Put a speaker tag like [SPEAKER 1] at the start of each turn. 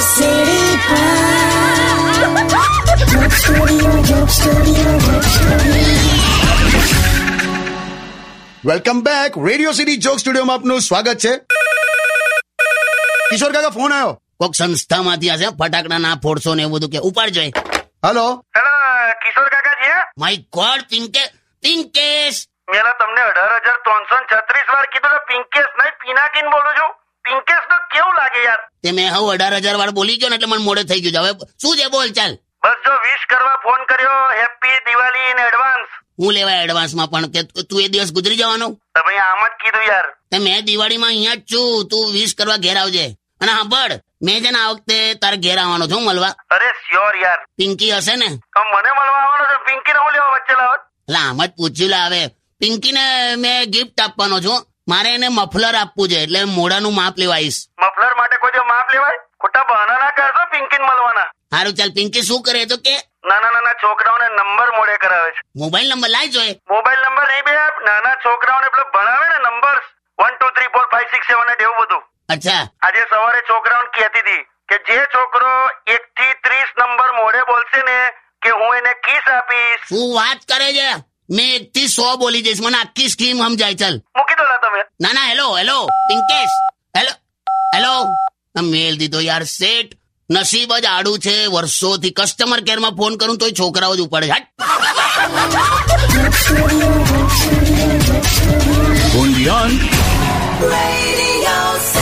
[SPEAKER 1] સીડી
[SPEAKER 2] welcome back radio city joke સ્ટુડિયોમાં આપનું સ્વાગત છે કિશોર કાકા ફોન આવ્યો
[SPEAKER 3] કોક સંસ્થામાંથી હશે ફટાકડા ના ફોડશો ને એવું બધું કે ઉપાડજો એ.
[SPEAKER 2] હલો
[SPEAKER 4] હેલો કિશોર કાકાજી હે?
[SPEAKER 3] માય ગોડ પિંકે પિંકેશ
[SPEAKER 4] મેં લા તમને અઢાર હજાર ત્રણસો છત્રીસ વાર કીધું ને પિંકેશ નહીં પિનાકીન બોલું છું પિંકેશ તો કેવું લાગે યાર
[SPEAKER 3] તે મેં હવ અઢાર હજાર વાર બોલી ગયો ને એટલે મને મોડે થઈ ગયું છે. હવે શું છે બોલ ચાલ
[SPEAKER 4] બસ જો વિશ કરવા ફોન કર્યો હેપી દિવાળી ઇન એડવાન્સ
[SPEAKER 3] હું લેવાય એડવાન્સમાં પણ કે તું- તું એ દિવસ ગુજરી જવાનો
[SPEAKER 4] તમે આમ જ કીધું યાર
[SPEAKER 3] તે મેં દિવાળીમાં અહીંયા જ છું તું વિશ કરવા ઘેર આવજે અને હા બળ મેં છે ને આ વખતે તારે ઘેર આવવાનો છું મળવા
[SPEAKER 4] અરે શ્યોર યાર
[SPEAKER 3] પિંકી હશે ને
[SPEAKER 4] હવે મને મળવા આવવાનો છે પિંકીને હું લેવા વચ્ચે લાવત
[SPEAKER 3] એટલે આમ જ પૂછ્યું લા હવે પિંકીને મેં ગિફ્ટ આપવાનો છું મારે એને મફલર આપવું છે એટલે મોઢાનું માપ લેવાઈશ
[SPEAKER 4] મફલર માટે કોઈ જો માપ લેવાય ખોટા બહાના ના કરશો પિંકીને મળવાના
[SPEAKER 3] સારું ચાલ પિંકી શું કરે તો કે
[SPEAKER 4] નાના નાના છોકરાઓને નંબર મોડે કરાવે છે
[SPEAKER 3] મોબાઈલ નંબર લાવી જોઈએ
[SPEAKER 4] મોબાઈલ નંબર નહીં બે આપ નાના છોકરાઓને પેલા ભણાવે ને number one two three four five six seven eight એવું બધું
[SPEAKER 3] અચ્છા
[SPEAKER 4] આજે સવારે છોકરાઓને કહેતી હતી કે જે છોકરો એક થી ત્રીસ નંબર મોડે બોલશે ને કે હું એને કિસ આપીશ
[SPEAKER 3] શું વાત કરે છે મેં એક થી સો બોલી જઈશ મને આખી સ્કીમ સમજાય ચાલ
[SPEAKER 4] મૂકી દો લા તમે
[SPEAKER 3] ના ના hello hello Pinkesh hello hello આ મેલ દીધો યાર સેટ નસીબ જ આડું છે વર્ષોથી કસ્ટમર કેરમાં ફોન કરું તોય છોકરાઓ જ ઉપાડે છે. હટ
[SPEAKER 1] Radio City.